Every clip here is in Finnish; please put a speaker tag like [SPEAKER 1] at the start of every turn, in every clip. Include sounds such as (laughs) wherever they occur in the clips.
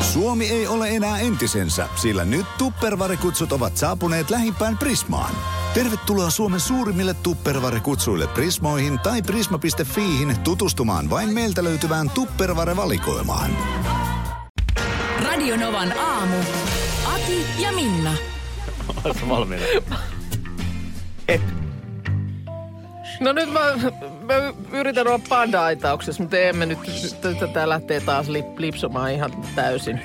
[SPEAKER 1] Suomi ei ole enää entisensä, sillä nyt tuppervarikutsut ovat saapuneet lähimpään Prismaan. Tervetuloa Suomen suurimmille tuppervarekutsuille Prismoihin tai prisma.fiihin tutustumaan vain meiltä löytyvään tuppervarevalikoimaan.
[SPEAKER 2] Radio Novan aamu. Ati ja Minna.
[SPEAKER 3] Oletko valmiina?
[SPEAKER 4] No nyt mä, mä yritän olla panda-aitauksessa, mutta emme nyt, nyt tätä lähtee taas lip, lipsumaan ihan täysin.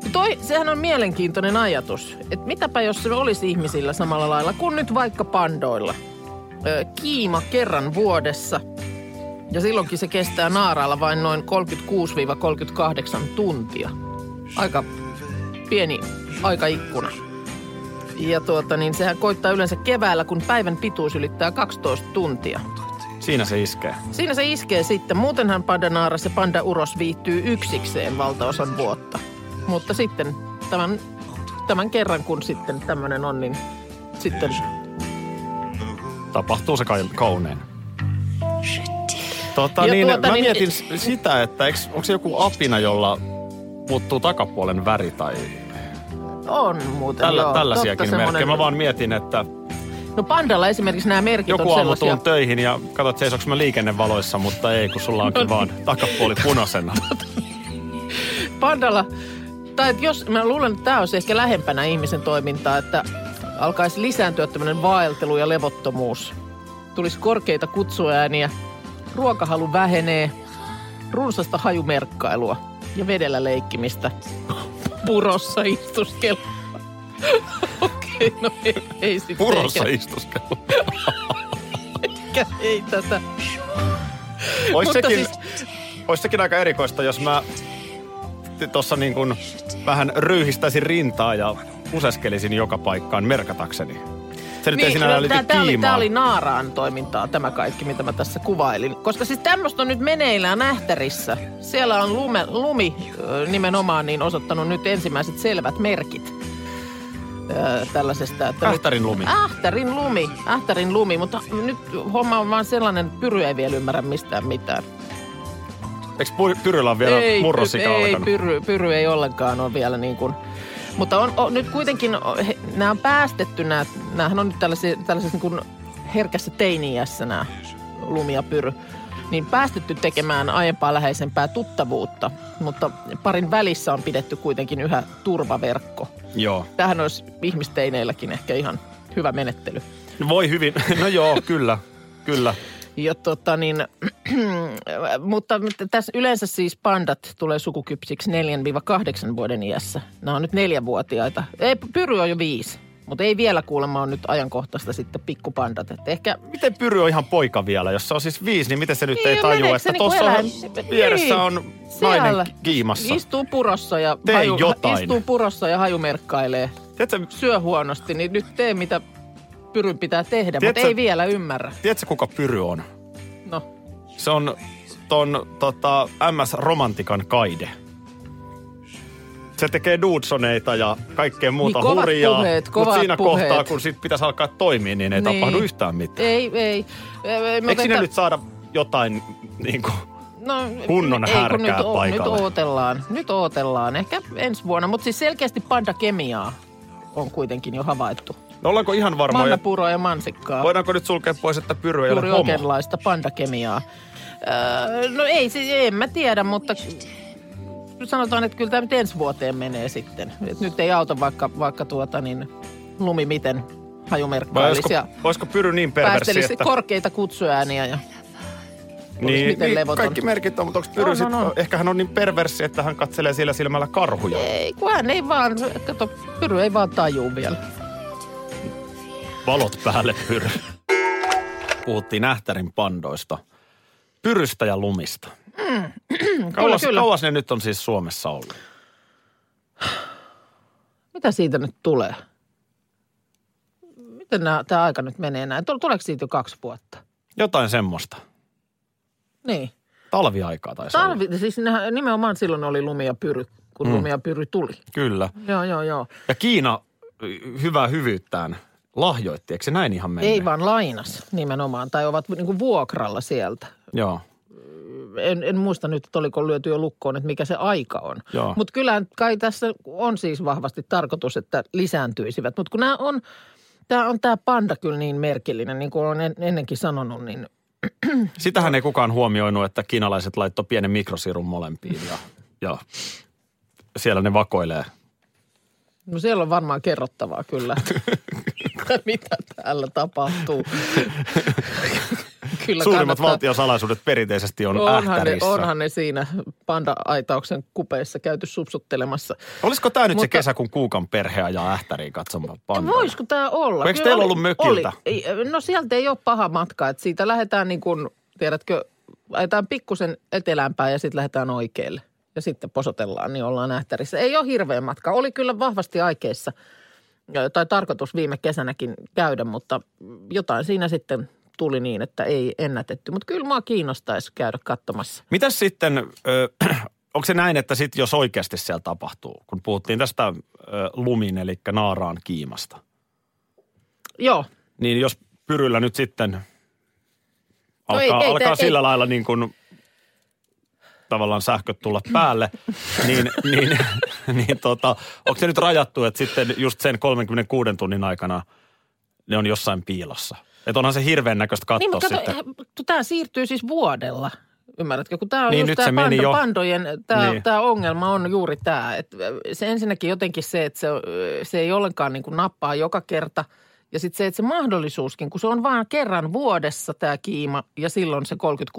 [SPEAKER 4] Kun Toi, sehän on mielenkiintoinen ajatus, että mitäpä jos se olisi ihmisillä samalla lailla kuin nyt vaikka pandoilla. Ö, kiima kerran vuodessa ja silloinkin se kestää naaralla vain noin 36-38 tuntia. Aika pieni aikaikkuna. Ja tuota, niin sehän koittaa yleensä keväällä, kun päivän pituus ylittää 12 tuntia.
[SPEAKER 3] Siinä se iskee.
[SPEAKER 4] Siinä se iskee sitten. Muutenhan pandanaaras ja pandauros viihtyy yksikseen valtaosan vuotta. Mutta sitten tämän, tämän kerran, kun sitten tämmöinen on, niin sitten...
[SPEAKER 3] Tapahtuu se kai- kaunein. Tota,
[SPEAKER 4] Ja
[SPEAKER 3] niin,
[SPEAKER 4] tuota,
[SPEAKER 3] mä
[SPEAKER 4] niin-
[SPEAKER 3] mietin s- sitä, että eks, onko se joku apina, jolla muuttuu takapuolen väri tai
[SPEAKER 4] On muuten,
[SPEAKER 3] tällä,
[SPEAKER 4] joo.
[SPEAKER 3] tällaisiakin
[SPEAKER 4] Totta, semmonen-
[SPEAKER 3] merkkejä. Mä vaan mietin, että
[SPEAKER 4] No pandalla esimerkiksi nämä merkit
[SPEAKER 3] joku
[SPEAKER 4] on
[SPEAKER 3] aamu
[SPEAKER 4] sellaisia...
[SPEAKER 3] tuun töihin ja katsot seisoks mä liikennevaloissa, mutta ei, kun sulla
[SPEAKER 4] (laughs)
[SPEAKER 3] onkin vaan takapuoli punaisena.
[SPEAKER 4] pandalla, tai että jos, mä luulen, että tämä olisi ehkä lähempänä ihmisen toimintaa, että alkaisi lisääntyä tämmöinen vaeltelu ja levottomuus. Tulisi korkeita kutsuääniä, ruokahalu vähenee, runsasta hajumerkkailua ja vedellä leikkimistä. Purossa istuskelu. (laughs) Okei, okay, no ei, ei sitten.
[SPEAKER 3] Purossa
[SPEAKER 4] ehkä,
[SPEAKER 3] istuskelu.
[SPEAKER 4] ehkä, ei tätä.
[SPEAKER 3] Ois
[SPEAKER 4] Mutta
[SPEAKER 3] sekin,
[SPEAKER 4] siis-
[SPEAKER 3] ois sekin aika erikoista, jos mä tuossa niin kuin vähän ryyhistäisin rintaa ja puseskelisin joka paikkaan merkatakseni. Se nyt ei sinällään liity
[SPEAKER 4] Niin, tää, oli, tää
[SPEAKER 3] kiimaan.
[SPEAKER 4] oli naaraan toimintaa tämä kaikki, mitä mä tässä kuvailin. Koska siis tämmöistä on nyt meneillään Nähtärissä. Siellä on lume, lumi ö, nimenomaan niin osoittanut nyt ensimmäiset selvät merkit. Ö, tällaisesta, että nyt-
[SPEAKER 3] Ähtärin lumi.
[SPEAKER 4] Ähtärin lumi, ähtärin lumi, mutta nyt homma on vaan sellainen, että Pyry ei vielä ymmärrä mistään mitään.
[SPEAKER 3] Eikö Py- Pyrylä on vielä
[SPEAKER 4] Py-
[SPEAKER 3] murrosika
[SPEAKER 4] Ei,
[SPEAKER 3] alkanut?
[SPEAKER 4] pyry, pyry ei ollenkaan ole vielä niin kuin. Mutta on, on, nyt kuitenkin, o- he- nämä on päästetty, nämä, nämähän on nyt tällaisessa, tällaisessa niin kuin herkässä teini-iässä nämä lumi ja pyry. Niin päästetty tekemään aiempaa läheisempää tuttavuutta, mutta parin välissä on pidetty kuitenkin yhä turvaverkko.
[SPEAKER 3] Joo.
[SPEAKER 4] Tähän olisi ihmisteineilläkin ehkä ihan hyvä menettely.
[SPEAKER 3] Voi hyvin. (laughs) No joo, kyllä. Kyllä.
[SPEAKER 4] Ja tota niin, (clears throat) mutta tässä yleensä siis pandat tulee sukukypsiksi 4-8 vuoden iässä. Nämä on nyt neljävuotiaita. Ei, Pyry on jo viisi, mutta ei vielä kuulemma on nyt ajankohtaista sitten pikkupandat. Että ehkä
[SPEAKER 3] Miten Pyry on ihan poika vielä? Jos se on siis viisi, niin miten se nyt
[SPEAKER 4] Niin,
[SPEAKER 3] ei
[SPEAKER 4] ja
[SPEAKER 3] tajua,
[SPEAKER 4] meneekö
[SPEAKER 3] että
[SPEAKER 4] se niinku
[SPEAKER 3] tuossa
[SPEAKER 4] eläin-
[SPEAKER 3] vieressä
[SPEAKER 4] Niin,
[SPEAKER 3] on
[SPEAKER 4] siellä
[SPEAKER 3] nainen kiimassa.
[SPEAKER 4] istuu purossa ja,
[SPEAKER 3] Tee jotain.
[SPEAKER 4] istuu purossa ja hajumerkkailee.
[SPEAKER 3] Tiedätkö,
[SPEAKER 4] Syö huonosti, niin nyt tee mitä Pyryn pitää tehdä, mutta
[SPEAKER 3] Tiedätkö-
[SPEAKER 4] ei vielä ymmärrä.
[SPEAKER 3] tiedätkö, kuka Pyry on?
[SPEAKER 4] No,
[SPEAKER 3] Se on ton tota, MS Romantikan kaide. Se tekee duudsoneita ja kaikkea muuta
[SPEAKER 4] Niin, kovat
[SPEAKER 3] hurjaa.
[SPEAKER 4] puheet,
[SPEAKER 3] Mut
[SPEAKER 4] kovat
[SPEAKER 3] siinä
[SPEAKER 4] puheet.
[SPEAKER 3] kohtaa, kun sit pitäisi alkaa toimia, niin ei
[SPEAKER 4] Niin.
[SPEAKER 3] tapahdu yhtään mitään.
[SPEAKER 4] ei, ei. ei, ei mä
[SPEAKER 3] Eikö sinne
[SPEAKER 4] vetä-
[SPEAKER 3] nyt saada jotain niin kuin,
[SPEAKER 4] No,
[SPEAKER 3] Kunnon
[SPEAKER 4] ei, kun
[SPEAKER 3] härkää
[SPEAKER 4] nyt, oo-
[SPEAKER 3] paikalle.
[SPEAKER 4] Nyt ootellaan, nyt ootellaan. Ehkä ensi vuonna, mutta siis selkeästi pandakemiaa on kuitenkin jo havaittu.
[SPEAKER 3] No ollaanko ihan varmoja, että
[SPEAKER 4] Mannapuroa ja mansikkaa.
[SPEAKER 3] voidaanko nyt sulkea pois, että Pyry ei ole
[SPEAKER 4] Juuri
[SPEAKER 3] homo?
[SPEAKER 4] oikeanlaista pandakemiaa. Öö, no ei, siis en mä tiedä, mutta sanotaan, että kyllä tämä nyt ensi vuoteen menee sitten. Et nyt ei auta vaikka, vaikka tuota niin, lumi miten
[SPEAKER 3] Vai olisiko,
[SPEAKER 4] hajumerkkailisi ja
[SPEAKER 3] olisiko Pyry niin perversi,
[SPEAKER 4] päästelisi
[SPEAKER 3] että...
[SPEAKER 4] korkeita kutsuääniä ja olisi
[SPEAKER 3] niin,
[SPEAKER 4] miten
[SPEAKER 3] niin,
[SPEAKER 4] levoton.
[SPEAKER 3] kaikki merkit on, mutta onko Pyry
[SPEAKER 4] On,
[SPEAKER 3] sit,
[SPEAKER 4] on, on.
[SPEAKER 3] Ehkä hän on niin perversi, että hän katselee sillä silmällä karhuja.
[SPEAKER 4] Ei, kun hän ei vaan, kato, Pyry ei vaan tajuu vielä.
[SPEAKER 3] Valot päälle, Pyry. Puhuttiin Ähtärin pandoista. Pyrystä ja lumista.
[SPEAKER 4] (clears throat)
[SPEAKER 3] Mm. Kauas,
[SPEAKER 4] kyllä.
[SPEAKER 3] kauas ne nyt on siis Suomessa ollut?
[SPEAKER 4] Mitä siitä nyt tulee? Miten tämä aika nyt menee näin? Tul- Tuleeko siitä jo kaksi vuotta?
[SPEAKER 3] Jotain semmoista.
[SPEAKER 4] Niin.
[SPEAKER 3] Talviaikaa taisi olla.
[SPEAKER 4] Talvi, siis nehän, nimenomaan silloin oli lumi ja pyry, kun mm. lumi ja pyry tuli.
[SPEAKER 3] Kyllä.
[SPEAKER 4] Joo, joo, joo.
[SPEAKER 3] Ja Kiina y- hyvää hyvyyttään lahjoitti, eikö se näin ihan mene?
[SPEAKER 4] Ei vaan lainas nimenomaan, tai ovat niinku vuokralla sieltä.
[SPEAKER 3] Joo.
[SPEAKER 4] en, en muista nyt, että oliko lyöty jo lukkoon, että mikä se aika on.
[SPEAKER 3] Joo.
[SPEAKER 4] Mutta kyllä kai tässä on siis vahvasti tarkoitus, että lisääntyisivät. Mutta kun nämä on, tämä on tämä panda kyllä niin merkillinen, niin kuin olen en- ennenkin sanonut, niin
[SPEAKER 3] Sitähän ei kukaan huomioinut, että kiinalaiset laittoi pienen mikrosirun molempiin ja, ja siellä ne vakoilee.
[SPEAKER 4] no siellä on varmaan kerrottavaa
[SPEAKER 3] (laughs)
[SPEAKER 4] kyllä, että mitä täällä tapahtuu. kyllä
[SPEAKER 3] Suurimmat
[SPEAKER 4] kannattaa-
[SPEAKER 3] valtiosalaisuudet perinteisesti on
[SPEAKER 4] Onhan ne,
[SPEAKER 3] ähtärissä.
[SPEAKER 4] onhan ne siinä panda-aitauksen kupeissa käyty supsuttelemassa.
[SPEAKER 3] Olisiko tämä nyt se
[SPEAKER 4] Mutta-
[SPEAKER 3] kesä, kun Kuukan perhe ajaa ähtäriin katsomaan pandaa?
[SPEAKER 4] Voisiko tämä olla?
[SPEAKER 3] Eikö
[SPEAKER 4] Kyllä
[SPEAKER 3] teillä
[SPEAKER 4] oli-
[SPEAKER 3] ollut mökiltä?
[SPEAKER 4] Oli. Ei, No sieltä ei ole paha matka. Että siitä lähdetään niin kuin, tiedätkö, ajetaan pikkusen eteläänpäin ja sitten lähdetään oikealle. Ja sitten posotellaan, niin ollaan ähtärissä. Ei ole hirveä matka. Oli kyllä vahvasti aikeissa ö, tai tarkoitus viime kesänäkin käydä, mutta jotain siinä sitten tuli niin, että ei ennätetty. Mutta kyllä mua kiinnostaisi käydä katsomassa.
[SPEAKER 3] Mitäs sitten, ö, (clears throat) onko se näin, että sit jos oikeasti siellä tapahtuu, kun puhuttiin tästä ö, lumin, eli naaraan kiimasta,
[SPEAKER 4] Joo,
[SPEAKER 3] niin jos pyryllä nyt sitten
[SPEAKER 4] No ei-
[SPEAKER 3] alkaa,
[SPEAKER 4] ei
[SPEAKER 3] alkaa
[SPEAKER 4] tää-
[SPEAKER 3] sillä lailla niin kuin tavallaan sähköt tulla
[SPEAKER 4] (clears throat)
[SPEAKER 3] päälle, niin, niin, niin tota, onko se nyt rajattu, että sitten just sen 36 tunnin aikana ne on jossain piilossa? Että onhan se hirveän näköistä katsoa
[SPEAKER 4] Niin, mutta kato,
[SPEAKER 3] sitten.
[SPEAKER 4] sitten. tämä siirtyy siis vuodella. Ymmärrätkö, kun tämä on
[SPEAKER 3] Niin,
[SPEAKER 4] niin,
[SPEAKER 3] nyt
[SPEAKER 4] just tämä
[SPEAKER 3] se meni
[SPEAKER 4] pando,
[SPEAKER 3] jo.
[SPEAKER 4] pandojen, tämä,
[SPEAKER 3] Niin.
[SPEAKER 4] niin. tämä ongelma on juuri tämä. Että se ensinnäkin jotenkin se, että se, se ei ollenkaan niin kuin nappaa joka kerta. Ja sitten se, että se mahdollisuuskin, kun se on vain kerran vuodessa tämä kiima ja silloin se 36-48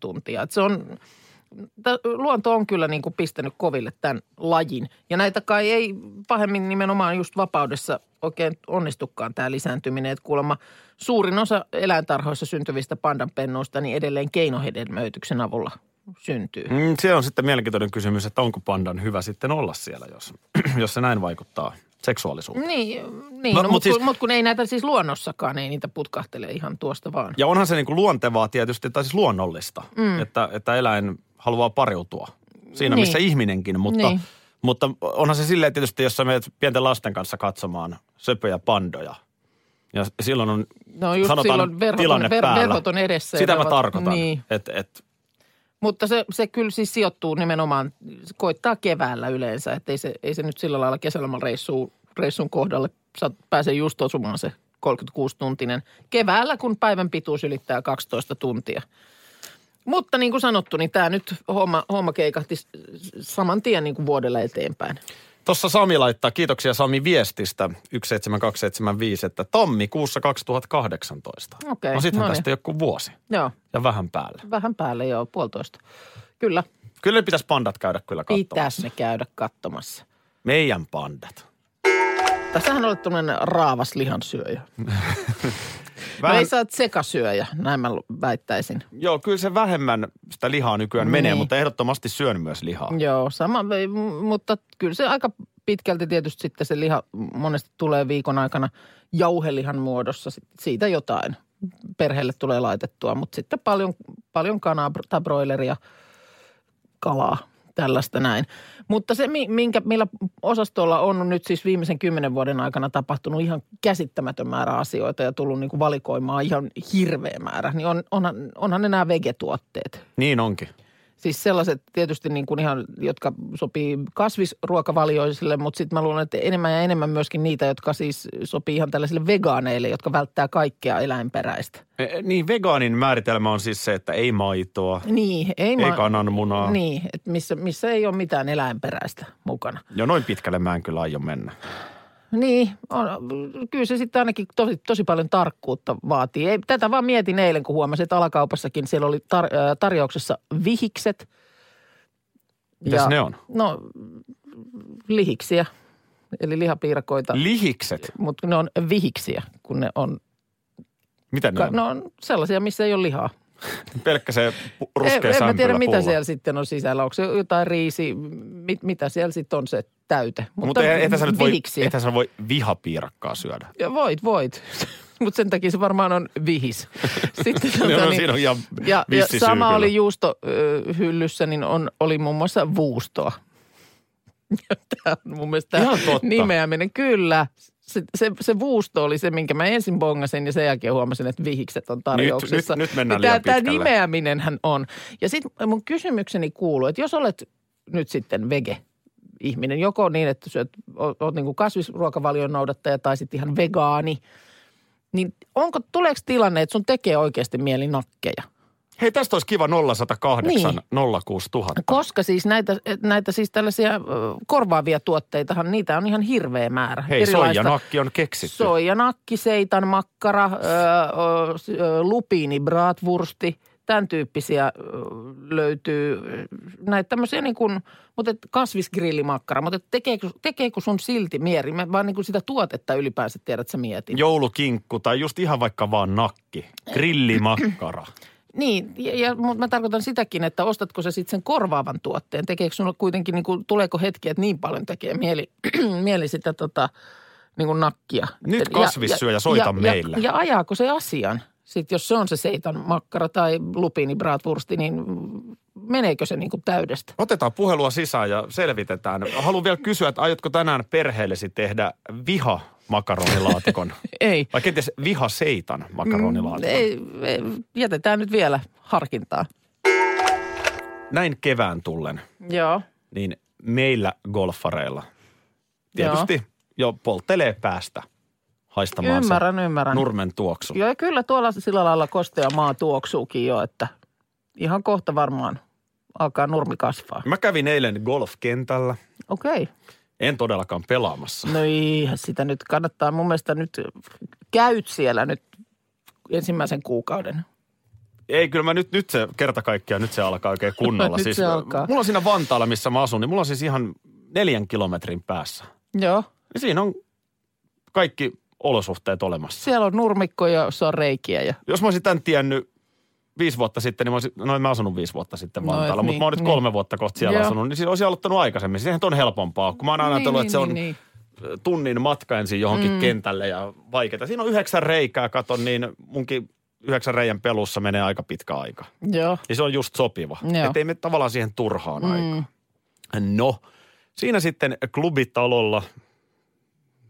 [SPEAKER 4] tuntia. Että se on, tä- luonto on kyllä niin kuin pistänyt koville tämän lajin. Ja näitä kai ei pahemmin nimenomaan just vapaudessa oikein onnistukaan tämä lisääntyminen. Että kuulemma suurin osa eläintarhoissa syntyvistä pandanpennuista niin edelleen keinohedelmöityksen avulla syntyy.
[SPEAKER 3] Mm, se on sitten mielenkiintoinen kysymys, että onko pandan hyvä sitten olla siellä, jos, (clears throat) jos se näin vaikuttaa seksuaalisuuteen.
[SPEAKER 4] Niin, niin
[SPEAKER 3] No, mut
[SPEAKER 4] no, no, mutta
[SPEAKER 3] siis-
[SPEAKER 4] siis, mut kun ei näitä siis luonnossakaan, ei niitä putkahtele ihan tuosta vaan.
[SPEAKER 3] Ja onhan se niin kuin luontevaa tietysti, tai siis luonnollista, mm. että, että eläin haluaa pariutua. Siinä,
[SPEAKER 4] Niin.
[SPEAKER 3] missä ihminenkin, mutta, niin.
[SPEAKER 4] Niin.
[SPEAKER 3] mutta onhan se silleen tietysti, jos sä menet pienten lasten kanssa katsomaan söpöjä pandoja. Ja s- silloin on,
[SPEAKER 4] No just
[SPEAKER 3] sanotaan,
[SPEAKER 4] silloin verhot on-
[SPEAKER 3] tilanne
[SPEAKER 4] ver-
[SPEAKER 3] päällä.
[SPEAKER 4] verhot on edessä ja
[SPEAKER 3] Sitä
[SPEAKER 4] ne
[SPEAKER 3] mä
[SPEAKER 4] ovat-
[SPEAKER 3] tarkoitan,
[SPEAKER 4] niin.
[SPEAKER 3] että et,
[SPEAKER 4] Mutta se, se kyllä siis sijoittuu nimenomaan, se koittaa keväällä yleensä, että ei se, ei se nyt sillä lailla kesäloman reissuun, reissun kohdalle sa- pääse just osumaan se 36-tuntinen. Keväällä, kun päivän pituus ylittää 12 tuntia. Mutta niin kuin sanottu, niin tämä nyt homma, homma keikahti s- s- saman tien niin kuin vuodella eteenpäin.
[SPEAKER 3] Tuossa Sami laittaa, kiitoksia Sami viestistä 17275, että tammikuussa 2018.
[SPEAKER 4] Okei,
[SPEAKER 3] no sittenhän
[SPEAKER 4] no niin.
[SPEAKER 3] tästä joku vuosi
[SPEAKER 4] Joo,
[SPEAKER 3] ja vähän päälle.
[SPEAKER 4] vähän päälle joo, puolitoista. Kyllä,
[SPEAKER 3] Kyllä ne pitäisi pandat käydä kyllä
[SPEAKER 4] pitäisi
[SPEAKER 3] katsomassa.
[SPEAKER 4] ne käydä katsomassa.
[SPEAKER 3] Meidän pandat.
[SPEAKER 4] Tässähän olet tämmöinen raavas lihansyöjä.
[SPEAKER 3] Vähän-
[SPEAKER 4] Vähän... No Ei sä oot sekasyöjä, näin mä lu- väittäisin.
[SPEAKER 3] Joo, kyllä se vähemmän sitä lihaa nykyään niin.
[SPEAKER 4] Niin.
[SPEAKER 3] menee, mutta ehdottomasti syön myös lihaa.
[SPEAKER 4] Joo, sama, ei, m- mutta kyllä se aika pitkälti tietysti sitten se liha monesti tulee viikon aikana jauhelihan muodossa. sit- Siitä jotain perheelle tulee laitettua, mutta sitten paljon, paljon kanaa br- tai broileria, kalaa, tällaista näin. Mutta se, mi- minkä, millä osastolla on nyt siis viimeisen kymmenen vuoden aikana tapahtunut ihan käsittämätön määrä asioita ja tullut niin kuin valikoimaan ihan hirveä määrä, niin on, onhan, onhan ne nämä vegetuotteet.
[SPEAKER 3] Niin onkin.
[SPEAKER 4] Siis sellaiset tietysti niin kuin ihan, jotka sopii kasvisruokavalioisille, mutta sitten mä luulen, että enemmän ja enemmän myöskin niitä, jotka siis sopii ihan tällaisille vegaaneille, jotka välttää kaikkea eläinperäistä.
[SPEAKER 3] E- Niin, vegaanin määritelmä on siis se, että ei maitoa,
[SPEAKER 4] Niin, ei
[SPEAKER 3] ei kananmunaa. Niin.
[SPEAKER 4] Niin, että missä, missä ei ole mitään eläinperäistä mukana.
[SPEAKER 3] Ja noin pitkälle mä en kyllä aio mennä.
[SPEAKER 4] Niin, on, kyllä se sitten ainakin tosi, tosi paljon tarkkuutta vaatii. Ei, tätä vaan mietin eilen, kun huomasin, että alakaupassakin siellä oli tar, äh, tarjouksessa vihikset.
[SPEAKER 3] Mitäs ne on?
[SPEAKER 4] No, lihiksiä, eli lihapiirakoita,
[SPEAKER 3] Mm.
[SPEAKER 4] Li-
[SPEAKER 3] Lihikset?
[SPEAKER 4] mutta ne on vihiksiä, kun ne on,
[SPEAKER 3] Mitä ne
[SPEAKER 4] ka- no-
[SPEAKER 3] on?
[SPEAKER 4] ne on sellaisia, missä ei ole lihaa. E-
[SPEAKER 3] Pelkkä se pu-
[SPEAKER 4] En,
[SPEAKER 3] ruskea
[SPEAKER 4] en mä tiedä,
[SPEAKER 3] sämpylä
[SPEAKER 4] mitä
[SPEAKER 3] pulla.
[SPEAKER 4] siellä sitten on sisällä. Onko se jotain riisi, mit, mitä siellä sitten on se täyte.
[SPEAKER 3] Mutta ethän sä nyt voi,
[SPEAKER 4] vihiksiä.
[SPEAKER 3] ethän sä voi vihapiirakkaa syödä.
[SPEAKER 4] Ja voit, voit. (laughs) Mutta sen takia se varmaan on
[SPEAKER 3] (laughs)
[SPEAKER 4] vihis. Sitten, tota niin-
[SPEAKER 3] No, no, siinä on ihan (laughs)
[SPEAKER 4] ja, ja
[SPEAKER 3] vissi syy
[SPEAKER 4] sama
[SPEAKER 3] kyllä.
[SPEAKER 4] oli juustohyllyssä, niin on, oli muun muassa (laughs) vuustoa. Tämä on mun mielestä
[SPEAKER 3] Ihan totta.
[SPEAKER 4] nimeäminen. Kyllä, se, se, se vuusto oli se, minkä mä ensin bongasin ja sen jälkeen huomasin, että vihikset on tarjouksessa.
[SPEAKER 3] Nyt- nyt- nyt mennään liian
[SPEAKER 4] Tämä
[SPEAKER 3] pitkälle.
[SPEAKER 4] nimeäminenhän on. Ja sitten mun kysymykseni kuuluu, että jos olet nyt sitten vege, ihminen, joko niin, että syöt, oot, oot niin kuin kasvisruokavalion noudattaja tai sitten ihan vegaani, niin onko, tuleeko tilanne, että sun tekee oikeasti mieli nakkeja?
[SPEAKER 3] Hei, tästä olisi kiva 0108
[SPEAKER 4] Niin.
[SPEAKER 3] 06000.
[SPEAKER 4] Koska siis näitä, näitä siis tällaisia ö, korvaavia tuotteitahan, niitä on ihan hirveä määrä.
[SPEAKER 3] Hei,
[SPEAKER 4] Erilaista-
[SPEAKER 3] soijanakki on keksitty.
[SPEAKER 4] Soijanakki, seitan, makkara, ö, ö, s- ö, lupiini, bratwursti, tämän tyyppisiä ö, löytyy. Näitä tämmöisiä niin kuin, mutta et kasvisgrillimakkara, mutta et tekeekö, tekeekö sun silti mieli? Mä vaan niin kuin sitä tuotetta ylipäänsä tiedät, sä mietit.
[SPEAKER 3] Joulukinkku tai just ihan vaikka vaan nakki. Grillimakkara.
[SPEAKER 4] Niin, ja, ja, mutta mä tarkoitan sitäkin, että ostatko sä sitten sen korvaavan tuotteen? Tekeekö sinulla kuitenkin, niin kuin, tuleeko hetki, että niin paljon tekee mieli, (clears throat) mieli sitä tota, niin kuin nakkia?
[SPEAKER 3] Nyt kasvissyöjä, soita
[SPEAKER 4] ja,
[SPEAKER 3] meille.
[SPEAKER 4] Ja, ja ajaako se asian? Sitten jos se on se seitan makkara tai lupiini bratwursti, niin meneekö se niin kuin täydestä?
[SPEAKER 3] Otetaan puhelua sisään ja selvitetään. Haluan vielä kysyä, että aiotko tänään perheellesi tehdä viha
[SPEAKER 4] (laughs)
[SPEAKER 3] makaronilaatikon?
[SPEAKER 4] Ei.
[SPEAKER 3] Vai kenties vihaseitan
[SPEAKER 4] Mm,
[SPEAKER 3] makaronilaatikon?
[SPEAKER 4] Ei, ei, jätetään nyt vielä harkintaa.
[SPEAKER 3] Näin kevään tullen,
[SPEAKER 4] Joo.
[SPEAKER 3] niin meillä golfareilla tietysti jo polttelee päästä haistamaan se
[SPEAKER 4] Ymmärrän, ymmärrän.
[SPEAKER 3] nurmen tuoksu.
[SPEAKER 4] Joo, ja kyllä tuolla sillä lailla kostea maa tuoksuukin jo, että ihan kohta varmaan alkaa nurmi kasvaa.
[SPEAKER 3] Mä kävin eilen golfkentällä.
[SPEAKER 4] Okei. Okay.
[SPEAKER 3] En todellakaan pelaamassa.
[SPEAKER 4] No eihän sitä nyt kannattaa. Mun mielestä nyt käyt siellä nyt ensimmäisen kuukauden.
[SPEAKER 3] Ei, kyllä mä nyt, nyt se kerta kaikkiaan, nyt se alkaa oikein kunnolla.
[SPEAKER 4] (laughs) Nyt
[SPEAKER 3] siis,
[SPEAKER 4] se alkaa.
[SPEAKER 3] Mulla on siinä Vantaalla, missä mä asun, niin mulla on siis ihan neljän kilometrin päässä.
[SPEAKER 4] Joo.
[SPEAKER 3] Ja siinä on kaikki olosuhteet olemassa.
[SPEAKER 4] Siellä on nurmikko ja se on reikiä ja
[SPEAKER 3] Jos mä olisin tämän tiennyt viisi vuotta sitten, niin mä olisin, no en mä asunut viisi vuotta sitten
[SPEAKER 4] No et
[SPEAKER 3] Vantaalla, mutta
[SPEAKER 4] niin,
[SPEAKER 3] mä oon nyt
[SPEAKER 4] niin.
[SPEAKER 3] kolme vuotta kohta siellä
[SPEAKER 4] Joo. Niin,
[SPEAKER 3] asunut, niin siis olisin aloittanut aikaisemmin. Sehän on helpompaa, kun mä oon aina ajatellut, että se on tunnin matka ensin johonkin mm. kentälle ja vaikeaa. Siinä on yhdeksän reikää, katon, niin munkin yhdeksän reijän pelussa menee aika pitkä aika.
[SPEAKER 4] Joo.
[SPEAKER 3] Ja se on just sopiva.
[SPEAKER 4] Joo.
[SPEAKER 3] Että ei me tavallaan siihen turhaan mm. aikaan. No, siinä sitten klubitalolla,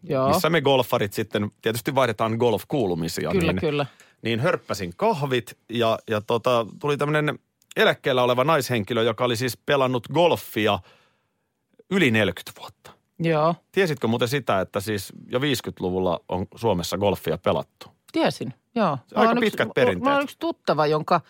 [SPEAKER 4] Joo.
[SPEAKER 3] missä me golfarit sitten tietysti vaihdetaan golf-kuulumisia.
[SPEAKER 4] kyllä,
[SPEAKER 3] niin,
[SPEAKER 4] kyllä.
[SPEAKER 3] niin hörppäsin kahvit ja, ja tota, tuli tämmöinen eläkkeellä oleva naishenkilö, joka oli siis pelannut golfia yli 40 vuotta.
[SPEAKER 4] Joo.
[SPEAKER 3] Tiesitkö muuten sitä, että siis jo 50-luvulla on Suomessa golfia pelattu?
[SPEAKER 4] Tiesin, joo.
[SPEAKER 3] on aika
[SPEAKER 4] Mulla on
[SPEAKER 3] pitkät
[SPEAKER 4] mulla-
[SPEAKER 3] perinteet.
[SPEAKER 4] Mulla on yksi tuttava, jonka,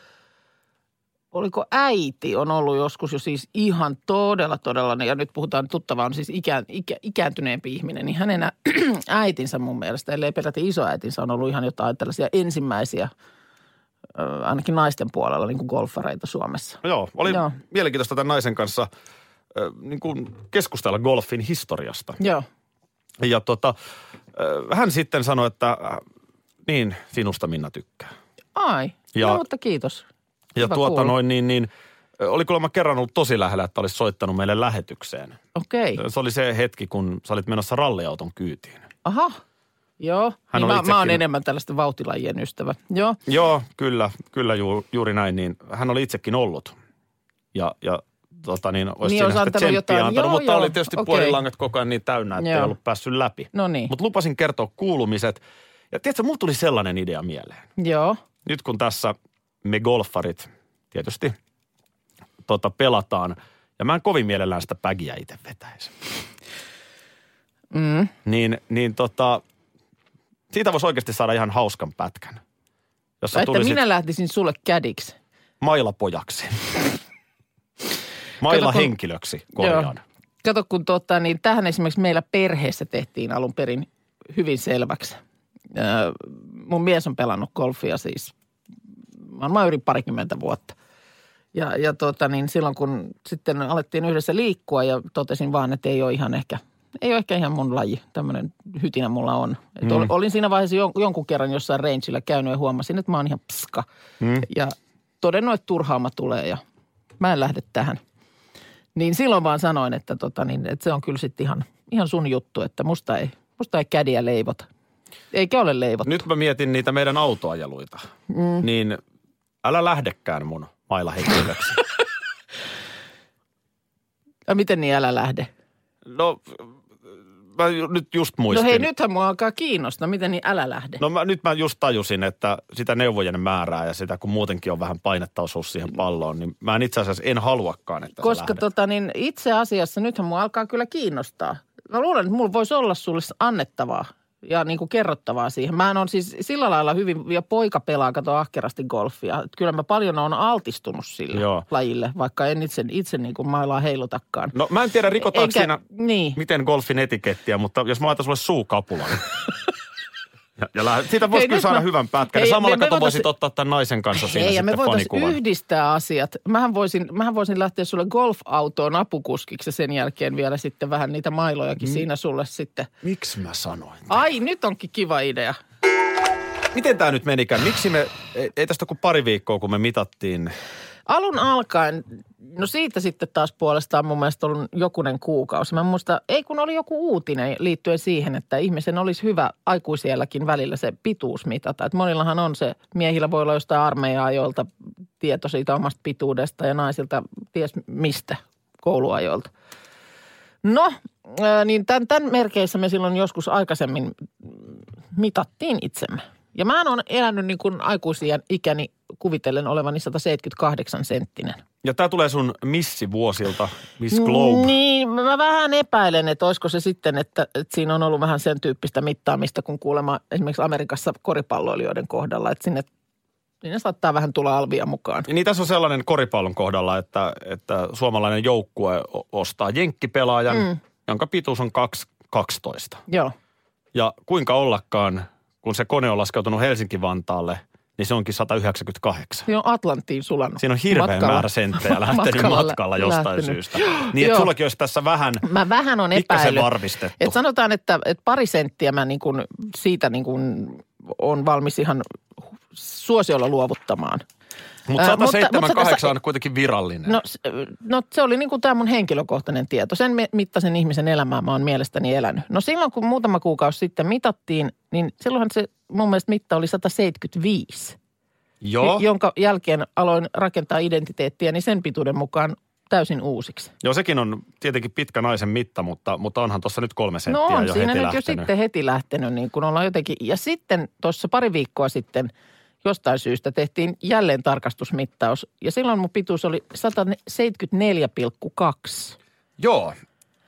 [SPEAKER 4] oliko äiti, on ollut joskus jo siis ihan todella, todella, ja nyt puhutaan, tuttava on siis ikään, ikä, ikääntyneempi ihminen, niin hänen ä- (clears throat) äitinsä mun mielestä, ellei peräti isoäitinsä, on ollut ihan jotain tällaisia ensimmäisiä, ö, ainakin naisten puolella, niin kuin golfareita Suomessa.
[SPEAKER 3] No joo, oli Joo.
[SPEAKER 4] Joo.
[SPEAKER 3] mielenkiintoista tämän naisen kanssa ö, niin kuin keskustella golfin historiasta.
[SPEAKER 4] Joo,
[SPEAKER 3] Ja tota, ö, hän sitten sanoi, että äh, niin, sinusta Minna tykkää.
[SPEAKER 4] ai,
[SPEAKER 3] Ja-
[SPEAKER 4] ja, no, mutta kiitos.
[SPEAKER 3] Ja
[SPEAKER 4] Hyvä
[SPEAKER 3] tuota
[SPEAKER 4] kuulla.
[SPEAKER 3] noin niin, niin ö, oli kuulemma kerran ollut tosi lähellä, että olisi soittanut meille lähetykseen.
[SPEAKER 4] Okei, okay.
[SPEAKER 3] Se oli se hetki, kun sä olit menossa ralliauton kyytiin.
[SPEAKER 4] aha, joo.
[SPEAKER 3] Hän
[SPEAKER 4] niin
[SPEAKER 3] on
[SPEAKER 4] mä, mä oon
[SPEAKER 3] itsekin-
[SPEAKER 4] enemmän tällaisten vauhtilajien ystävä. Joo,
[SPEAKER 3] Joo, kyllä, kyllä ju, juuri näin. Niin hän oli itsekin ollut. Ja, ja tota niin, olisi niin,
[SPEAKER 4] Niin, olisi
[SPEAKER 3] siinä
[SPEAKER 4] antanut
[SPEAKER 3] antanut jotain.
[SPEAKER 4] jotain.
[SPEAKER 3] antanut,
[SPEAKER 4] Joo,
[SPEAKER 3] mutta
[SPEAKER 4] joo,
[SPEAKER 3] oli tietysti okay.
[SPEAKER 4] okei.
[SPEAKER 3] puolilangat koko ajan niin täynnä, että ei
[SPEAKER 4] Joo.
[SPEAKER 3] ollut päässyt läpi.
[SPEAKER 4] no niin,
[SPEAKER 3] Mutta lupasin kertoa kuulumiset. Ja tiedätkö, mulla tuli sellainen idea mieleen.
[SPEAKER 4] joo.
[SPEAKER 3] Nyt kun tässä me golfarit tietysti tota, pelataan, ja mä en kovin mielellään sitä pägiä itse vetäisi.
[SPEAKER 4] Mm.
[SPEAKER 3] Niin, niin tota, siitä voisi oikeasti saada ihan hauskan pätkän. Jos sä
[SPEAKER 4] Että
[SPEAKER 3] tulisit-
[SPEAKER 4] minä lähtisin sulle kädiksi. (laughs)
[SPEAKER 3] mailapojaksi. Maila
[SPEAKER 4] Kato, kun-
[SPEAKER 3] henkilöksi korjaan.
[SPEAKER 4] Joo. Kato, kun tota, niin tähän esimerkiksi meillä perheessä tehtiin alun perin hyvin selväksi. Öö, mun mies on pelannut golfia siis varmaan yli parikymmentä vuotta. Ja, ja tota, niin silloin kun sitten alettiin yhdessä liikkua ja totesin vaan, että ei ole ihan ehkä, ei ole ehkä ihan mun laji. Tämmöinen hytinä mulla on. Et ol- Olin siinä vaiheessa jon- jonkun kerran jossain rangeillä käynyt ja huomasin, että mä oon ihan pska. Mm. Ja todennut, että turhaama tulee ja mä en lähde tähän. Niin silloin vaan sanoin, että, tota, niin, että se on kyllä sitten ihan, ihan sun juttu, että musta ei, musta ei kädiä leivota. Eikä ole leivottu.
[SPEAKER 3] Nyt mä mietin niitä meidän autoajeluita. Mm. Niin älä lähdekään mun maila
[SPEAKER 4] (laughs)
[SPEAKER 3] henkilöksi.
[SPEAKER 4] Ja miten niin älä lähde?
[SPEAKER 3] no mä ju- nyt just
[SPEAKER 4] No
[SPEAKER 3] muistin.
[SPEAKER 4] hei, nythän mua alkaa kiinnostaa. Miten niin älä lähde?
[SPEAKER 3] No mä, nyt mä just tajusin, että sitä neuvojen määrää ja sitä, kun muutenkin on vähän painetta osuus siihen palloon, niin mä en itse asiassa en haluakaan, että
[SPEAKER 4] Koska
[SPEAKER 3] sä
[SPEAKER 4] tota, niin itse asiassa nythän mua alkaa kyllä kiinnostaa. Mä luulen, että mulla voisi olla sulle annettavaa ja niin kuin kerrottavaa siihen. Mä on siis sillä lailla hyvin, ja poika pelaa, kato ahkerasti golfia. Et Kyllä mä paljon on altistunut sille
[SPEAKER 3] Joo.
[SPEAKER 4] Joo. lajille, vaikka en itse, itse niin kuin mailaa heilutakaan.
[SPEAKER 3] No mä en tiedä, rikotaanko
[SPEAKER 4] Enkä-
[SPEAKER 3] siinä
[SPEAKER 4] niin.
[SPEAKER 3] miten golfin etikettiä, mutta jos mä laitan sulle
[SPEAKER 4] (laughs)
[SPEAKER 3] suukapulan. ja, ja lähdet, siitä voisi
[SPEAKER 4] Hei,
[SPEAKER 3] kyllä
[SPEAKER 4] nyt
[SPEAKER 3] saada
[SPEAKER 4] mä-
[SPEAKER 3] hyvän pätkän. Hei,
[SPEAKER 4] Hei,
[SPEAKER 3] samalla
[SPEAKER 4] me- me
[SPEAKER 3] kato
[SPEAKER 4] voitais-
[SPEAKER 3] voisit ottaa tämän naisen kanssa siinä
[SPEAKER 4] Ei, ja
[SPEAKER 3] sitten
[SPEAKER 4] me voitaisiin
[SPEAKER 3] fanikuvan.
[SPEAKER 4] yhdistää asiat. Mähän voisin, mähän voisin lähteä sulle golfautoon apukuskiksi ja sen jälkeen vielä sitten vähän niitä
[SPEAKER 3] Mm.
[SPEAKER 4] mailojakin siinä sulle sitten.
[SPEAKER 3] Miksi mä sanoin?
[SPEAKER 4] Ai, nyt onkin kiva idea.
[SPEAKER 3] Miten tämä nyt menikään? Miksi me, ei- ei tästä kuin pari viikkoa, kun me mitattiin.
[SPEAKER 4] Alun alkaen, no siitä sitten taas puolestaan mun mielestä ollut jokunen kuukausi. Mä en muista, ei kun oli joku uutinen liittyen siihen, että ihmisen olisi hyvä aikuisielläkin välillä se pituus mitata. Et monillahan on se, miehillä voi olla jostain armeijaa, jolta tieto siitä omasta pituudesta ja naisilta ties mistä kouluajoilta. No, ää, niin tämän, tämän merkeissä me silloin joskus aikaisemmin mitattiin itsemme. Ja mä oon elänyt niin kuin aikuisien ikäni kuvitellen olevani 178 senttinen.
[SPEAKER 3] Ja tämä tulee sun missivuosilta, Miss Globe.
[SPEAKER 4] Niin, mä vähän epäilen, että olisiko se sitten, että, että siinä on ollut vähän sen tyyppistä mittaamista, kun kuulemma esimerkiksi Amerikassa koripalloilijoiden kohdalla, että sinne, sinne saattaa vähän tulla alvia mukaan.
[SPEAKER 3] Niin tässä on sellainen koripallon kohdalla, että, että suomalainen joukkue o- ostaa jenkkipelaajan, mm. jonka pituus on 2, 12.
[SPEAKER 4] Joo.
[SPEAKER 3] Ja kuinka ollakaan, kun se kone on laskeutunut Helsinki-Vantaalle, niin se onkin 198.
[SPEAKER 4] Siinä on Atlanttiin sulannut.
[SPEAKER 3] Siinä on hirveä
[SPEAKER 4] Matkalla.
[SPEAKER 3] määrä senttejä lähtenyt matkalla,
[SPEAKER 4] Matkalla
[SPEAKER 3] matkalla jostain
[SPEAKER 4] lähtenyt.
[SPEAKER 3] syystä. Niin, että
[SPEAKER 4] Joo.
[SPEAKER 3] sullakin olisi tässä vähän
[SPEAKER 4] Mä vähän on
[SPEAKER 3] pikkasen
[SPEAKER 4] epäillyt.
[SPEAKER 3] varmistettu.
[SPEAKER 4] Et sanotaan, että, että pari senttiä mä niin kun siitä niin kun on valmis ihan suosiolla luovuttamaan.
[SPEAKER 3] Mut
[SPEAKER 4] Ää, mutta-
[SPEAKER 3] 178
[SPEAKER 4] mutta tässä-
[SPEAKER 3] on kuitenkin virallinen.
[SPEAKER 4] No, s- no se oli niin kuin tämä mun henkilökohtainen tieto. Sen mi- mittaisen ihmisen elämää mä oon mielestäni elänyt. No silloin, kun muutama kuukausi sitten mitattiin, niin silloinhan se mun mielestä mitta oli 175,
[SPEAKER 3] Joo.
[SPEAKER 4] j- jonka jälkeen aloin rakentaa identiteettiä, niin sen pituuden mukaan täysin uusiksi.
[SPEAKER 3] Joo, sekin on tietenkin pitkä naisen mitta, mutta, mutta onhan tuossa nyt kolme senttiä
[SPEAKER 4] No on
[SPEAKER 3] jo
[SPEAKER 4] siinä
[SPEAKER 3] heti
[SPEAKER 4] nyt
[SPEAKER 3] lähtenyt.
[SPEAKER 4] jo sitten heti lähtenyt, niin kun ollaan jotenkin. Ja sitten tuossa pari viikkoa sitten jostain syystä tehtiin jälleen tarkastusmittaus. Ja silloin mun pituus oli 174,2.
[SPEAKER 3] Joo.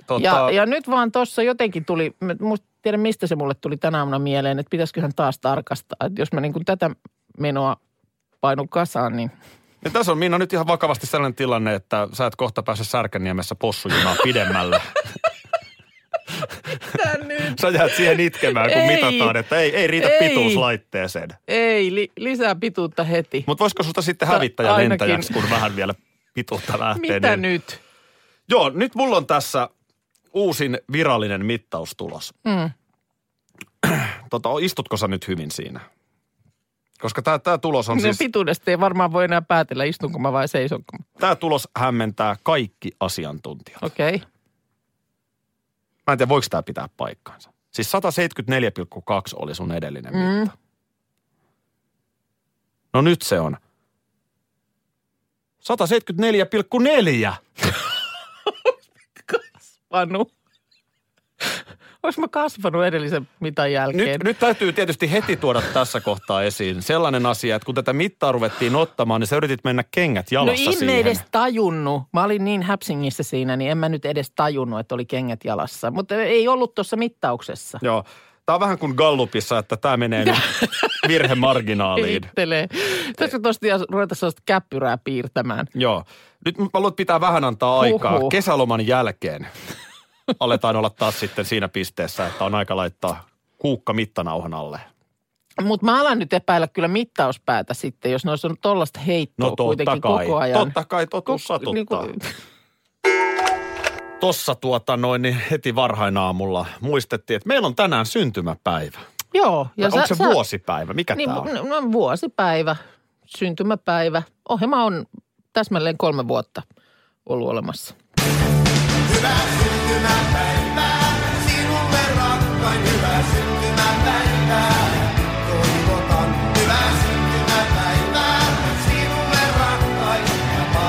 [SPEAKER 3] Tota,
[SPEAKER 4] Ja, ja nyt vaan tuossa jotenkin tuli, mä en muista- tiedä mistä se mulle tuli tänä aamuna mieleen, että pitäisiköhän taas tarkastaa. Että jos mä niin kuin tätä menoa painun kasaan, niin
[SPEAKER 3] Ja tässä on Minna nyt ihan vakavasti sellainen tilanne, että sä et kohta pääse Särkänniemessä
[SPEAKER 4] (laughs)
[SPEAKER 3] possujunaan pidemmälle. sä jäät siihen itkemään, kun
[SPEAKER 4] Ei.
[SPEAKER 3] mitataan, että ei, ei riitä
[SPEAKER 4] Ei.
[SPEAKER 3] pituus laitteeseen.
[SPEAKER 4] ei, li, lisää pituutta heti.
[SPEAKER 3] Mutta voisiko sulta sitten
[SPEAKER 4] Mutta
[SPEAKER 3] hävittäjä
[SPEAKER 4] ainakin-
[SPEAKER 3] lentäjäksi, kun vähän vielä pituutta lähtee?
[SPEAKER 4] Mitä
[SPEAKER 3] niin-
[SPEAKER 4] nyt?
[SPEAKER 3] Joo, nyt mulla on tässä uusin virallinen mittaustulos. Mm. Tota, istutko sä nyt hyvin siinä? Koska tämä tää tulos on
[SPEAKER 4] No
[SPEAKER 3] siis,
[SPEAKER 4] pituudesta ei varmaan voi enää päätellä, istunko mä vai seisonko. mä.
[SPEAKER 3] tää tulos hämmentää kaikki asiantuntijat.
[SPEAKER 4] Okei. Okay.
[SPEAKER 3] Mä en tiedä, voiko tämä pitää paikkaansa. Siis 174,2 oli sun edellinen mm. mitta. No nyt se on. 174,4.
[SPEAKER 4] Kasvanut. (laughs) Olis mä kasvanut edellisen mitan jälkeen?
[SPEAKER 3] Nyt, nyt täytyy tietysti heti tuoda tässä kohtaa esiin sellainen asia, että kun tätä mittaa ruvettiin ottamaan, niin sä yritit mennä kengät
[SPEAKER 4] No
[SPEAKER 3] jalassa
[SPEAKER 4] en mä
[SPEAKER 3] siihen.
[SPEAKER 4] edes tajunnut. Mä olin niin häpsingissä siinä, niin en mä nyt edes tajunnut, että oli kengät jalassa. Mutta ei ollut tuossa mittauksessa.
[SPEAKER 3] Joo. Tämä on vähän kuin Gallupissa, että tämä menee nyt
[SPEAKER 4] (laughs)
[SPEAKER 3] virhemarginaaliin.
[SPEAKER 4] Kehittelee.
[SPEAKER 3] Eh.
[SPEAKER 4] Tässä tuosta ruveta sellaista käppyrää piirtämään.
[SPEAKER 3] Joo. Nyt mä haluan pitää vähän antaa aikaa.
[SPEAKER 4] Huhhuh.
[SPEAKER 3] Kesäloman jälkeen aletaan olla taas sitten siinä pisteessä, että on aika laittaa kuukka mittanauhan alle.
[SPEAKER 4] Mutta mä alan nyt epäillä kyllä mittauspäätä sitten, jos ne olisi ollut tollaista
[SPEAKER 3] No
[SPEAKER 4] heittoa
[SPEAKER 3] totta
[SPEAKER 4] kuitenkin
[SPEAKER 3] kai.
[SPEAKER 4] koko ajan.
[SPEAKER 3] Totta kai, totuus satuttaa.
[SPEAKER 4] Niin kuin-
[SPEAKER 3] Tossa tuota noin niin heti varhain aamulla muistettiin, että meillä on tänään syntymäpäivä.
[SPEAKER 4] joo.
[SPEAKER 3] Ja Onko
[SPEAKER 4] sä-
[SPEAKER 3] se
[SPEAKER 4] sä-
[SPEAKER 3] vuosipäivä? Mikä
[SPEAKER 4] Niin,
[SPEAKER 3] tämä on?
[SPEAKER 4] no, no, vuosipäivä, syntymäpäivä. Ohjelma on täsmälleen kolme vuotta ollut olemassa.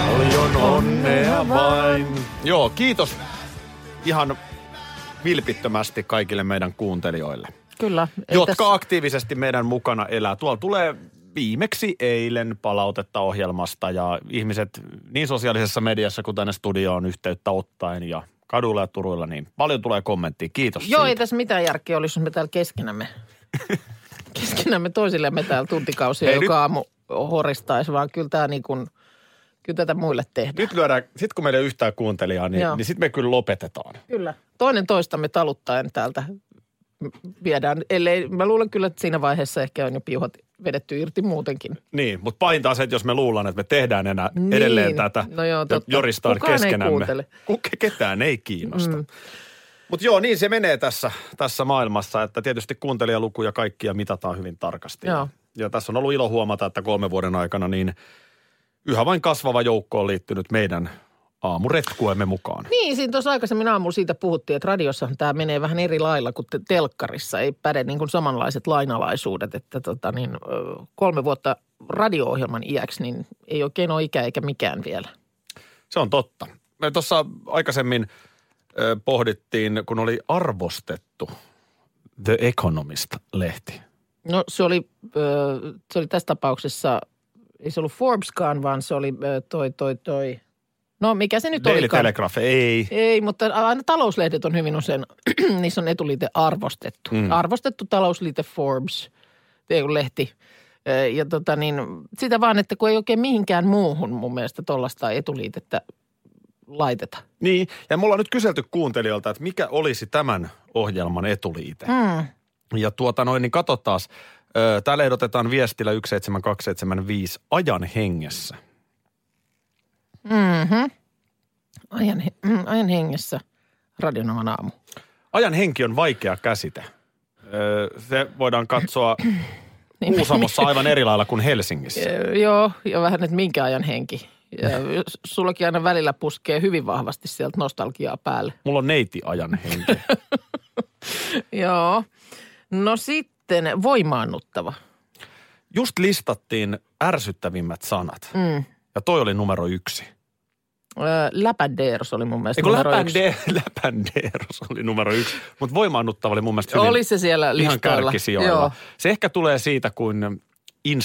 [SPEAKER 4] no.
[SPEAKER 3] Paljon onnea vain. Joo, kiitos ihan vilpittömästi kaikille meidän kuuntelijoille,
[SPEAKER 4] Kyllä. Ei
[SPEAKER 3] jotka
[SPEAKER 4] tässä-
[SPEAKER 3] aktiivisesti meidän mukana elää. Tuolla tulee viimeksi eilen palautetta ohjelmasta ja ihmiset niin sosiaalisessa mediassa kuin tänne studioon yhteyttä ottaen ja kaduilla ja turuilla, niin paljon tulee kommenttia. Kiitos
[SPEAKER 4] Joo, ei
[SPEAKER 3] siitä.
[SPEAKER 4] tässä mitään järkeä olisi, jos me täällä (laughs) keskenämme, keskenämme toisillemme täällä tuntikausia
[SPEAKER 3] Hei,
[SPEAKER 4] joka
[SPEAKER 3] nyt-
[SPEAKER 4] aamu horistaisi, vaan kyllä tämä niin kuin, kyllä tätä muille tehdään.
[SPEAKER 3] Nyt lyödään, sit kun meillä ei ole yhtään kuuntelijaa, niin,
[SPEAKER 4] Joo.
[SPEAKER 3] niin sitten me kyllä lopetetaan.
[SPEAKER 4] Kyllä. Toinen toistamme taluttaen täältä viedään, ellei, mä luulen kyllä, että siinä vaiheessa ehkä on jo piuhat vedetty irti muutenkin.
[SPEAKER 3] Niin, mutta pahinta on se, että jos me luullaan, että me tehdään enää niin. edelleen tätä
[SPEAKER 4] No joo,
[SPEAKER 3] ja
[SPEAKER 4] totta.
[SPEAKER 3] joristaan
[SPEAKER 4] Kukaan ei
[SPEAKER 3] keskenämme.
[SPEAKER 4] kuuntele.
[SPEAKER 3] Kuka, ketään ei kiinnosta. Mm. Mutta joo, niin se menee tässä, tässä maailmassa, että tietysti kuuntelijalukuja kaikkia mitataan hyvin tarkasti.
[SPEAKER 4] Joo.
[SPEAKER 3] Ja tässä on ollut ilo huomata, että kolmen vuoden aikana niin yhä vain kasvava joukko on liittynyt meidän aamuretkuemme mukaan.
[SPEAKER 4] Niin, siinä tuossa aikaisemmin aamulla siitä puhuttiin, että radiossahan tämä menee vähän eri lailla kuin te- telkkarissa. Ei päde niin kuin samanlaiset lainalaisuudet, että tota niin, ö, kolme vuotta radio-ohjelman iäksi, niin ei oikein ole ikä eikä mikään vielä.
[SPEAKER 3] Se on totta. Me tuossa aikaisemmin ö, pohdittiin, kun oli arvostettu The Economist-lehti.
[SPEAKER 4] No se oli, ö, se oli tässä tapauksessa, ei se ollut Forbeskaan, vaan se oli ö, toi, toi, toi. No mikä se nyt
[SPEAKER 3] Daily
[SPEAKER 4] olikaan? Niin.
[SPEAKER 3] Telegraph, ei.
[SPEAKER 4] Ei, mutta aina talouslehdet on hyvin usein, (clears throat) niissä on etuliite arvostettu. Mm. Arvostettu talousliite Forbes, ei kun lehti. Ö, Ja tota niin, sitä vaan, että kun ei oikein mihinkään muuhun mun mielestä tuollaista etuliitettä laiteta.
[SPEAKER 3] Niin, ja mulla on nyt kyselty kuuntelijoilta, että mikä olisi tämän ohjelman etuliite.
[SPEAKER 4] Mm.
[SPEAKER 3] Ja tuota noin, niin katsotaan. Täällä ehdotetaan viestillä 17275 ajan hengessä.
[SPEAKER 4] Mm-hmm. Ajan, he- mm, ajan hengessä radionavan aamu.
[SPEAKER 3] Ajan henki on vaikea käsite. Öö, Se voidaan
[SPEAKER 4] (clears throat)
[SPEAKER 3] katsoa Kuusamossa aivan eri lailla kuin Helsingissä.
[SPEAKER 4] Niin- (laughs) Ö, Joo, ja vähän, että minkä ajan henki. Ja sullakin aina välillä puskee hyvin vahvasti sieltä nostalgiaa päälle.
[SPEAKER 3] Mulla on neiti ajan henki.
[SPEAKER 4] Joo. No sitten voimaannuttava.
[SPEAKER 3] Just listattiin ärsyttävimmät sanat.
[SPEAKER 4] Mm.
[SPEAKER 3] Ja toi oli numero yksi.
[SPEAKER 4] Öö, Läpändeers oli mun mielestä
[SPEAKER 3] Eikö
[SPEAKER 4] numero
[SPEAKER 3] (laughs)
[SPEAKER 4] yksi.
[SPEAKER 3] läpände- läpändeeros oli numero yksi. Mutta voimaannuttava oli mun mielestä hyvin.
[SPEAKER 4] Oli se siellä
[SPEAKER 3] Ihan
[SPEAKER 4] listoilla.
[SPEAKER 3] kärkisijoilla.
[SPEAKER 4] Joo.
[SPEAKER 3] Se ehkä tulee siitä, kun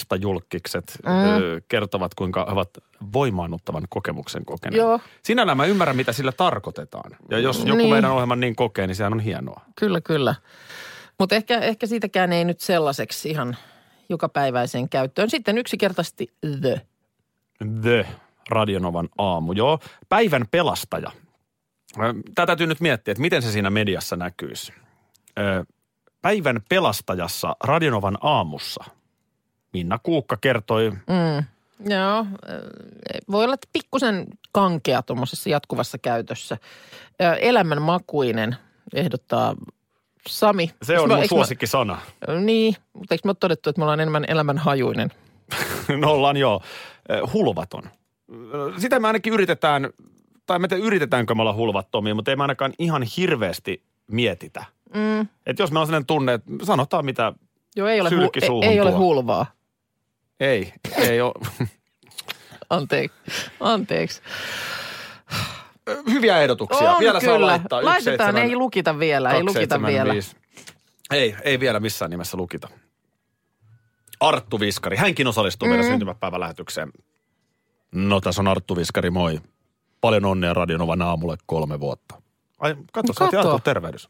[SPEAKER 3] Insta-julkikset
[SPEAKER 4] Mm.
[SPEAKER 3] ö, kertovat, kuinka he ovat voimaannuttavan kokemuksen kokeneet.
[SPEAKER 4] Joo.
[SPEAKER 3] Sinällään mä ymmärrän, mitä sillä tarkoitetaan. Ja jos joku
[SPEAKER 4] Niin.
[SPEAKER 3] meidän ohjelman niin kokee, niin sehän on hienoa.
[SPEAKER 4] Kyllä, kyllä. Mutta ehkä, ehkä siitäkään ei nyt sellaiseksi ihan jokapäiväiseen käyttöön. Sitten yksinkertaisesti the.
[SPEAKER 3] The Radionovan aamu, joo. Päivän pelastaja. Tätä täytyy nyt miettiä, että miten se siinä mediassa näkyisi. Ö, Päivän pelastajassa Radionovan aamussa Minna Kuukka kertoi
[SPEAKER 4] Mm. Joo, öö, voi olla että pikkusen kankea tuommoisessa jatkuvassa käytössä. Öö, Elämänmakuinen ehdottaa Sami.
[SPEAKER 3] Se
[SPEAKER 4] Mm. Eks
[SPEAKER 3] on
[SPEAKER 4] mä-
[SPEAKER 3] mun
[SPEAKER 4] eks mä-
[SPEAKER 3] suosikkisana.
[SPEAKER 4] Niin, mutta eikö me ole todettu, että me ollaan enemmän elämänhajuinen?
[SPEAKER 3] (laughs) No ollaan joo. Eh, Hulvaton. Eh, Sitä me ainakin yritetään, tai me yritetäänkö me olla hulvattomia, mutta ei me ainakaan ihan hirveästi mietitä.
[SPEAKER 4] Mm.
[SPEAKER 3] Että jos me on sellainen tunne, että sanotaan mitä,
[SPEAKER 4] Joo, ei ole,
[SPEAKER 3] Sylki
[SPEAKER 4] hu-
[SPEAKER 3] suuhun
[SPEAKER 4] ei, ei ole
[SPEAKER 3] tuo.
[SPEAKER 4] hulvaa.
[SPEAKER 3] ei, ei
[SPEAKER 4] (laughs)
[SPEAKER 3] ole.
[SPEAKER 4] Anteeksi. Anteeksi.
[SPEAKER 3] Hyviä ehdotuksia.
[SPEAKER 4] On
[SPEAKER 3] Vielä saa
[SPEAKER 4] kyllä.
[SPEAKER 3] laittaa. Yksi,
[SPEAKER 4] Laitetaan,
[SPEAKER 3] seitsemän,
[SPEAKER 4] ei lukita vielä, ei
[SPEAKER 3] kaksi,
[SPEAKER 4] lukita
[SPEAKER 3] seitsemän,
[SPEAKER 4] vielä.
[SPEAKER 3] viisi. Ei, ei vielä missään nimessä lukita. Arttu Viskari, hänkin osallistuu
[SPEAKER 4] Mm.
[SPEAKER 3] meidän syntymäpäivälähetykseen. No tässä on Arttu Viskari, moi. Paljon onnea Radionovan aamulle kolme vuotta. Ai, katso,
[SPEAKER 4] No
[SPEAKER 3] no,
[SPEAKER 4] kato.
[SPEAKER 3] Arttu tervehdys.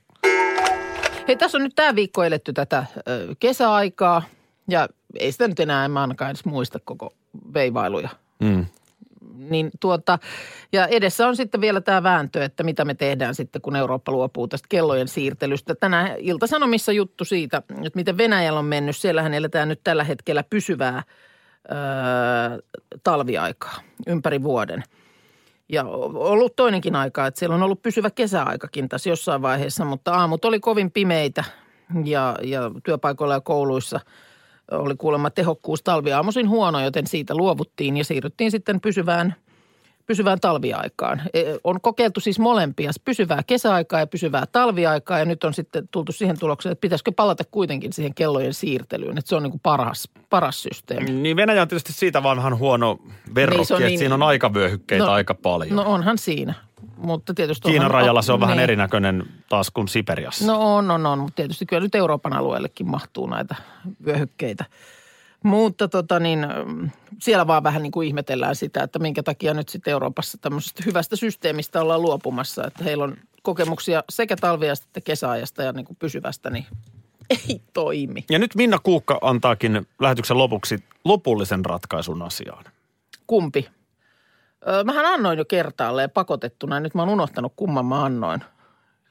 [SPEAKER 4] Hei, tässä on nyt tämä viikko eletty tätä ö, kesäaikaa ja ei sitä nyt enää, en mä ainakaan edes muista koko veivailuja.
[SPEAKER 3] Mm.
[SPEAKER 4] Niin tuota, ja edessä on sitten vielä tämä vääntö, että mitä me tehdään sitten, kun Eurooppa luopuu tästä kellojen siirtelystä. Tänään Ilta-Sanomissa juttu siitä, että miten Venäjällä on mennyt. Siellähän eletään nyt tällä hetkellä pysyvää öö, talviaikaa ympäri vuoden. Ja o- ollut toinenkin aika, että siellä on ollut pysyvä kesäaikakin tässä jossain vaiheessa, mutta aamut oli kovin pimeitä ja, ja työpaikoilla ja kouluissa oli kuulemma tehokkuus talviaamuisin huono, joten siitä luovuttiin ja siirryttiin sitten pysyvään, pysyvään talviaikaan. E, On kokeiltu siis molempia, pysyvää kesäaikaa ja pysyvää talviaikaa ja nyt on sitten tultu siihen tulokseen, että pitäisikö palata kuitenkin siihen kellojen siirtelyyn, että se on niin kuin paras, paras systeemi.
[SPEAKER 3] Niin Venäjä on tietysti siitä vaan vähän huono verrokki,
[SPEAKER 4] Niin, se on
[SPEAKER 3] että
[SPEAKER 4] niin-
[SPEAKER 3] siinä on aikavyöhykkeitä
[SPEAKER 4] No,
[SPEAKER 3] aika paljon.
[SPEAKER 4] No onhan siinä. mutta tietysti...
[SPEAKER 3] Kiinan
[SPEAKER 4] onhan-
[SPEAKER 3] rajalla se on vähän
[SPEAKER 4] niin.
[SPEAKER 3] erinäköinen taas kuin Siperiassa.
[SPEAKER 4] No on, on, on, mutta tietysti kyllä nyt Euroopan alueellekin mahtuu näitä vyöhykkeitä. Mutta tota niin, mm, siellä vaan vähän niin kuin ihmetellään sitä, että minkä takia nyt sitten Euroopassa tämmöisestä hyvästä systeemistä ollaan luopumassa. Että heillä on kokemuksia sekä talviajasta että kesäajasta ja niin kuin pysyvästä, niin ei toimi.
[SPEAKER 3] Ja nyt Minna Kuukka antaakin lähetyksen lopuksi lopullisen ratkaisun asiaan.
[SPEAKER 4] Kumpi? Öö, mähän annoin jo kertaalleen pakotettuna ja nyt mä oon unohtanut kumman mä annoin,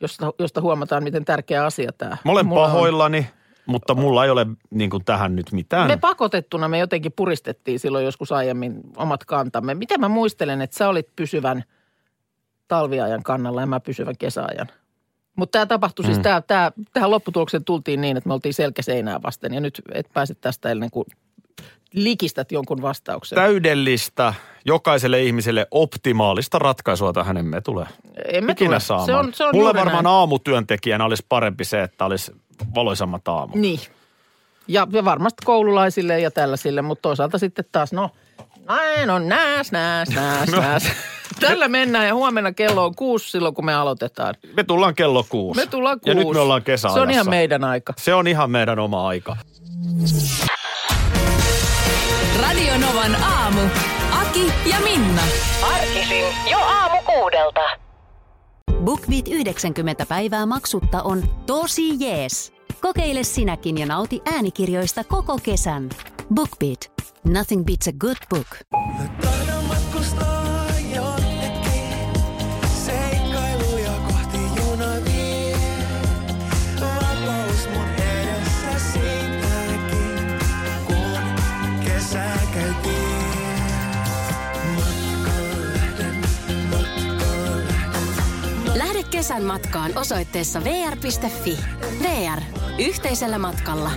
[SPEAKER 4] josta, josta huomataan miten tärkeä asia tämä.
[SPEAKER 3] Mä olen
[SPEAKER 4] mulla on.
[SPEAKER 3] pahoillani, mutta mulla ei ole niin kuin tähän nyt mitään.
[SPEAKER 4] Me pakotettuna me jotenkin puristettiin silloin joskus aiemmin omat kantamme. Miten mä muistelen, että sä olit pysyvän talviajan kannalla ja mä pysyvän kesäajan. Mutta tämä tapahtui
[SPEAKER 3] Mm.
[SPEAKER 4] siis, tää, tää, tähän lopputulokseen tultiin niin, että me oltiin selkäseinää vasten ja nyt et pääse tästä ennen kuin likistät jonkun vastauksen.
[SPEAKER 3] Täydellistä, jokaiselle ihmiselle optimaalista ratkaisua tähän emme tule.
[SPEAKER 4] en mä
[SPEAKER 3] Ikinä
[SPEAKER 4] tule.
[SPEAKER 3] saamaan.
[SPEAKER 4] Se on, se on
[SPEAKER 3] Mulle
[SPEAKER 4] juuri
[SPEAKER 3] varmaan
[SPEAKER 4] näin.
[SPEAKER 3] aamutyöntekijänä olisi parempi se, että olisi valoisammat aamut.
[SPEAKER 4] Niin. Ja, ja varmasti koululaisille ja tällaisille, mutta toisaalta sitten taas, no, näin on, nääs, nääs, nääs, no. nääs. (laughs) Tällä mennään ja huomenna kello on kuusi silloin, kun me aloitetaan.
[SPEAKER 3] Me tullaan kello kuusi.
[SPEAKER 4] Me tullaan kuusi.
[SPEAKER 3] Ja nyt me ollaan kesäajassa.
[SPEAKER 4] Se on ihan meidän aika.
[SPEAKER 3] Se on ihan meidän oma aika.
[SPEAKER 2] Radio Novan aamu. Aki ja Minna.
[SPEAKER 5] Arkisin jo aamu kuudelta.
[SPEAKER 6] BookBeat 90 päivää maksutta on tosi jees. Kokeile sinäkin ja nauti äänikirjoista koko kesän. BookBeat. Nothing beats a good book. Lähde kesän matkaan osoitteessa vr.fi. VR. Yhteisellä matkalla.